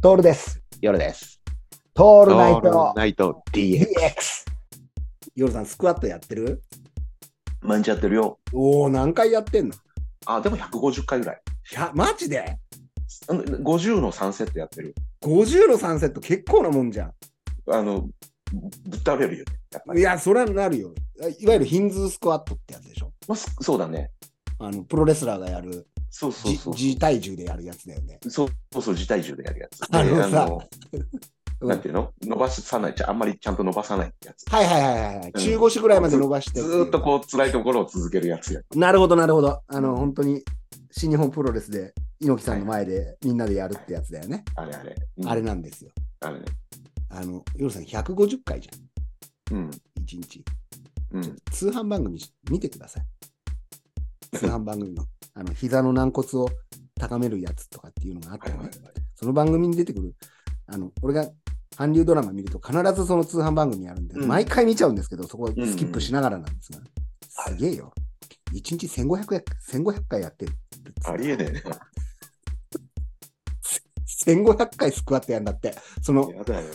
トールです。夜です。トオールナイトナイト DX。DX。夜さん、スクワットやってる毎日やってるよ。おお、何回やってんのいあ、でも150回ぐらい。や、マジでうん50の3セットやってる。 ?50 の3セット結構なもんじゃあの、ぶっ倒れるよね。やっぱん。いり。や、それはなるよ。いわゆるヒンズースクワットってやつでしょ。まあ、すそうだね。あの、プロレスラーがやる、そうそうじそう。自体重でやるやつだよね。そうそうそう、自体重でやるやつ。あのさうなんんていうの伸ばさない。ちゃあんまりちゃんと伸ばさないやつ。はいはいはいはいはい。うん中腰ぐらいまで伸ばしてずていうーっとこう、辛いところを続けるやつや。なるほどなるほど。あの、本当に新日本プロレスで猪木さんの前でみんなでやるってやつだよね。あれあれ。うんあれなんですよ。あれね。あの、夜さん150回じゃん。うん。 1日。うん。通販番組見てください。通販番組の、あの、膝の軟骨を高めるやつとかっていうのがあっはたいよはいはいね。。その番組に出てくる、あの、俺が韓流ドラマ見ると必ずその通販番組やるんで、うん毎回見ちゃうんですけど、そこはスキップしながらなんですが、すげえよ。1日1500や1500回やってる。ありえねえね。 1500回スクワットやんだって、その、やだよ。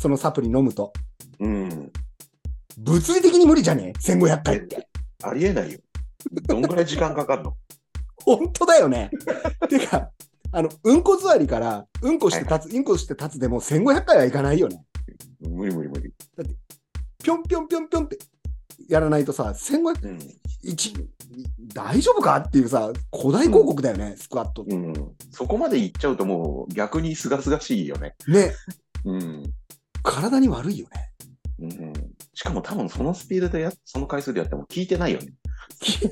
そのサプリ飲むと。うん。物理的に無理じゃねえ ?1500 回って。ありえないよ。どんぐらい時間かかるの本当だよね。 てか、あの、うんこ座りから、うんこして立つ、うんこして立つでも1500回はいかないよね。無理無理無理。ぴょんぴょんぴょんぴょんってやらないとさ、1500、うん。一大丈夫かっていうさ、古代広告だよね、スクワット。うん、そこまで行っちゃうともう逆にすがすがしいよね。ね、うん体に悪いよね。うん、しかも多分そのスピードでやその回数でやっても聞いてないよね。聞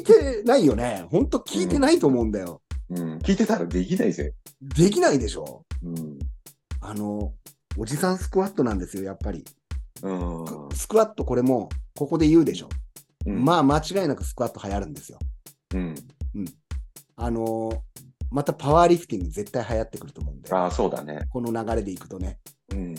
いてないよね。ほんと聞いてないと思うんだよ。うん、聞いてたらできないぜ。できないでしょうんあの、おじさんスクワットなんですよ、やっぱり。うんスクワットこれも、ここで言うでしょ。うんまあ、間違いなくスクワット流行るんですよ。うん、あのーまたパワーリフティング絶対流行ってくると思うんで、ああそうだね。この流れでいくとね。うん、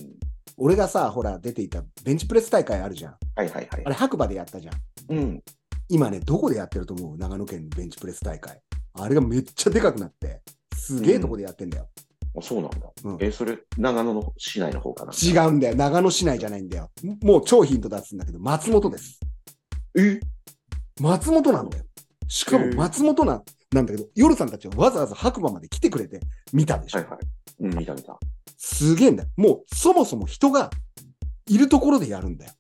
俺がさ、ほら、出ていたベンチプレス大会あるじゃん。はいはいはいあ。れ、白馬でやったじゃん。うん、今ね、どこでやってると思う長野県のベンチプレス大会。あれがめっちゃでかくなって、すげえとこでやってんだよ。あそうなんだ。うんえそれ長野の市内の方かな。違うんだよ。長野市内じゃないんだよ。もう超ヒント出すんだけど、松本です。え松本なんだよ。しかも松本なんなんだけど、夜さんたちはわざわざ白馬まで来てくれて見たでしょはいはい。うん、見た見た。すげえんだよ。もうそもそも人がいるところでやるんだよ。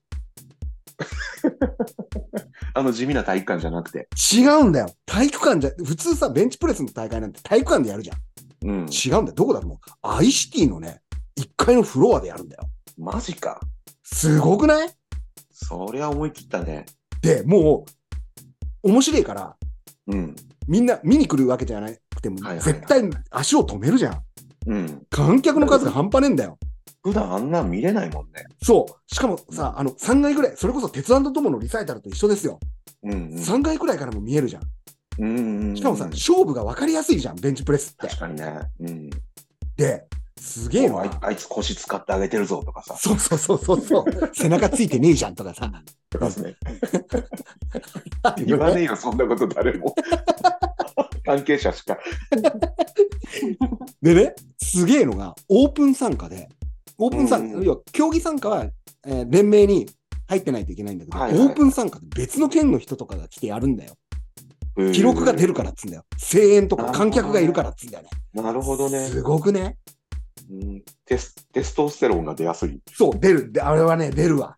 あの地味な体育館じゃなくて。違うんだよ。体育館じゃ、普通さ、ベンチプレスの大会なんて体育館でやるじゃん。うん、違うんだよ。どこだと思うアイシティのね、1階のフロアでやるんだよ。マジか。すごくないそりゃ思い切ったね。で、もう、面白いから、うん、みんな見に来るわけじゃなくてもはいはいは、い絶対足を止めるじゃん。うん。観客の数が半端ねえんだよ。普段あんなん見れないもんね。そう。しかもさ、あの、3階ぐらい、それこそ鉄腕と友のリサイタルと一緒ですよ。うん、 3階くらいからも見えるじゃん。うんうんうん。しかもさ、勝負が分かりやすいじゃん、ベンチプレスって。確かにね。うん。で、すげえおあいな。あいつ腰使ってあげてるぞとかさ。そうそうそうそうそう。 背中ついてねえじゃんとかさ。とかね。言わねえよ、そんなこと誰 も。関係者しか。でね、すげえのが、オープン参加で、オープン参加、うん要は競技参加は、えー連盟に入ってないといけないんだけど、はいはいはいオープン参加で別の県の人とかが来てやるんだよ。記録が出る。るからっつうんだよ。声援とかなるほ観ど客がいるからっつうんだよね。なるほどね、すごくね。うんテス。テストステロンが出やすい。そう、出る。で、あれはね、出るわ。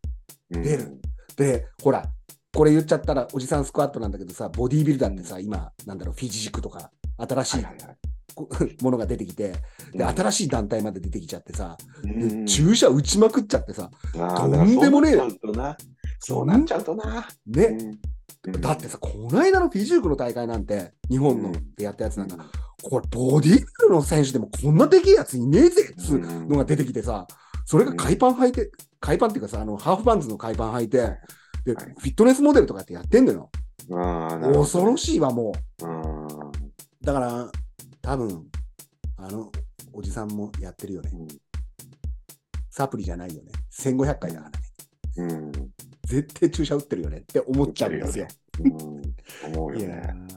うん出る。で、ほら、これ言っちゃったら、おじさんスクワットなんだけどさ、ボディービルダーってさ、今、なんだろう、フィジジックとか、新しはいいはいはい。こものが出てきて、で、新しい団体まで出てきちゃってさ、うでん注射打ちまくっちゃってさ、とんでもねえそうなっちゃうとな。そうなっねちゃうとな。うんだってさ、この間のフィジークの大会なんて、日本のうんでやったやつうなんんか、これ、ボディービルの選手でもこんなでけえやついねえぜっつううんのが出てきてさ、それが海パン履いて、海パンっていうかさ、あの、ハーフパンツの海パン履いて、で、はいフィットネスモデルとかってやってんのよ。あーなるほど恐ろしいわ、もうんう。だから、多分、あの、おじさんもやってるよね。サプリじゃないよね。1500回だからね。うん。うん絶対注射打ってるよねって思っちゃうんですよ。 うん思うよいやね。ー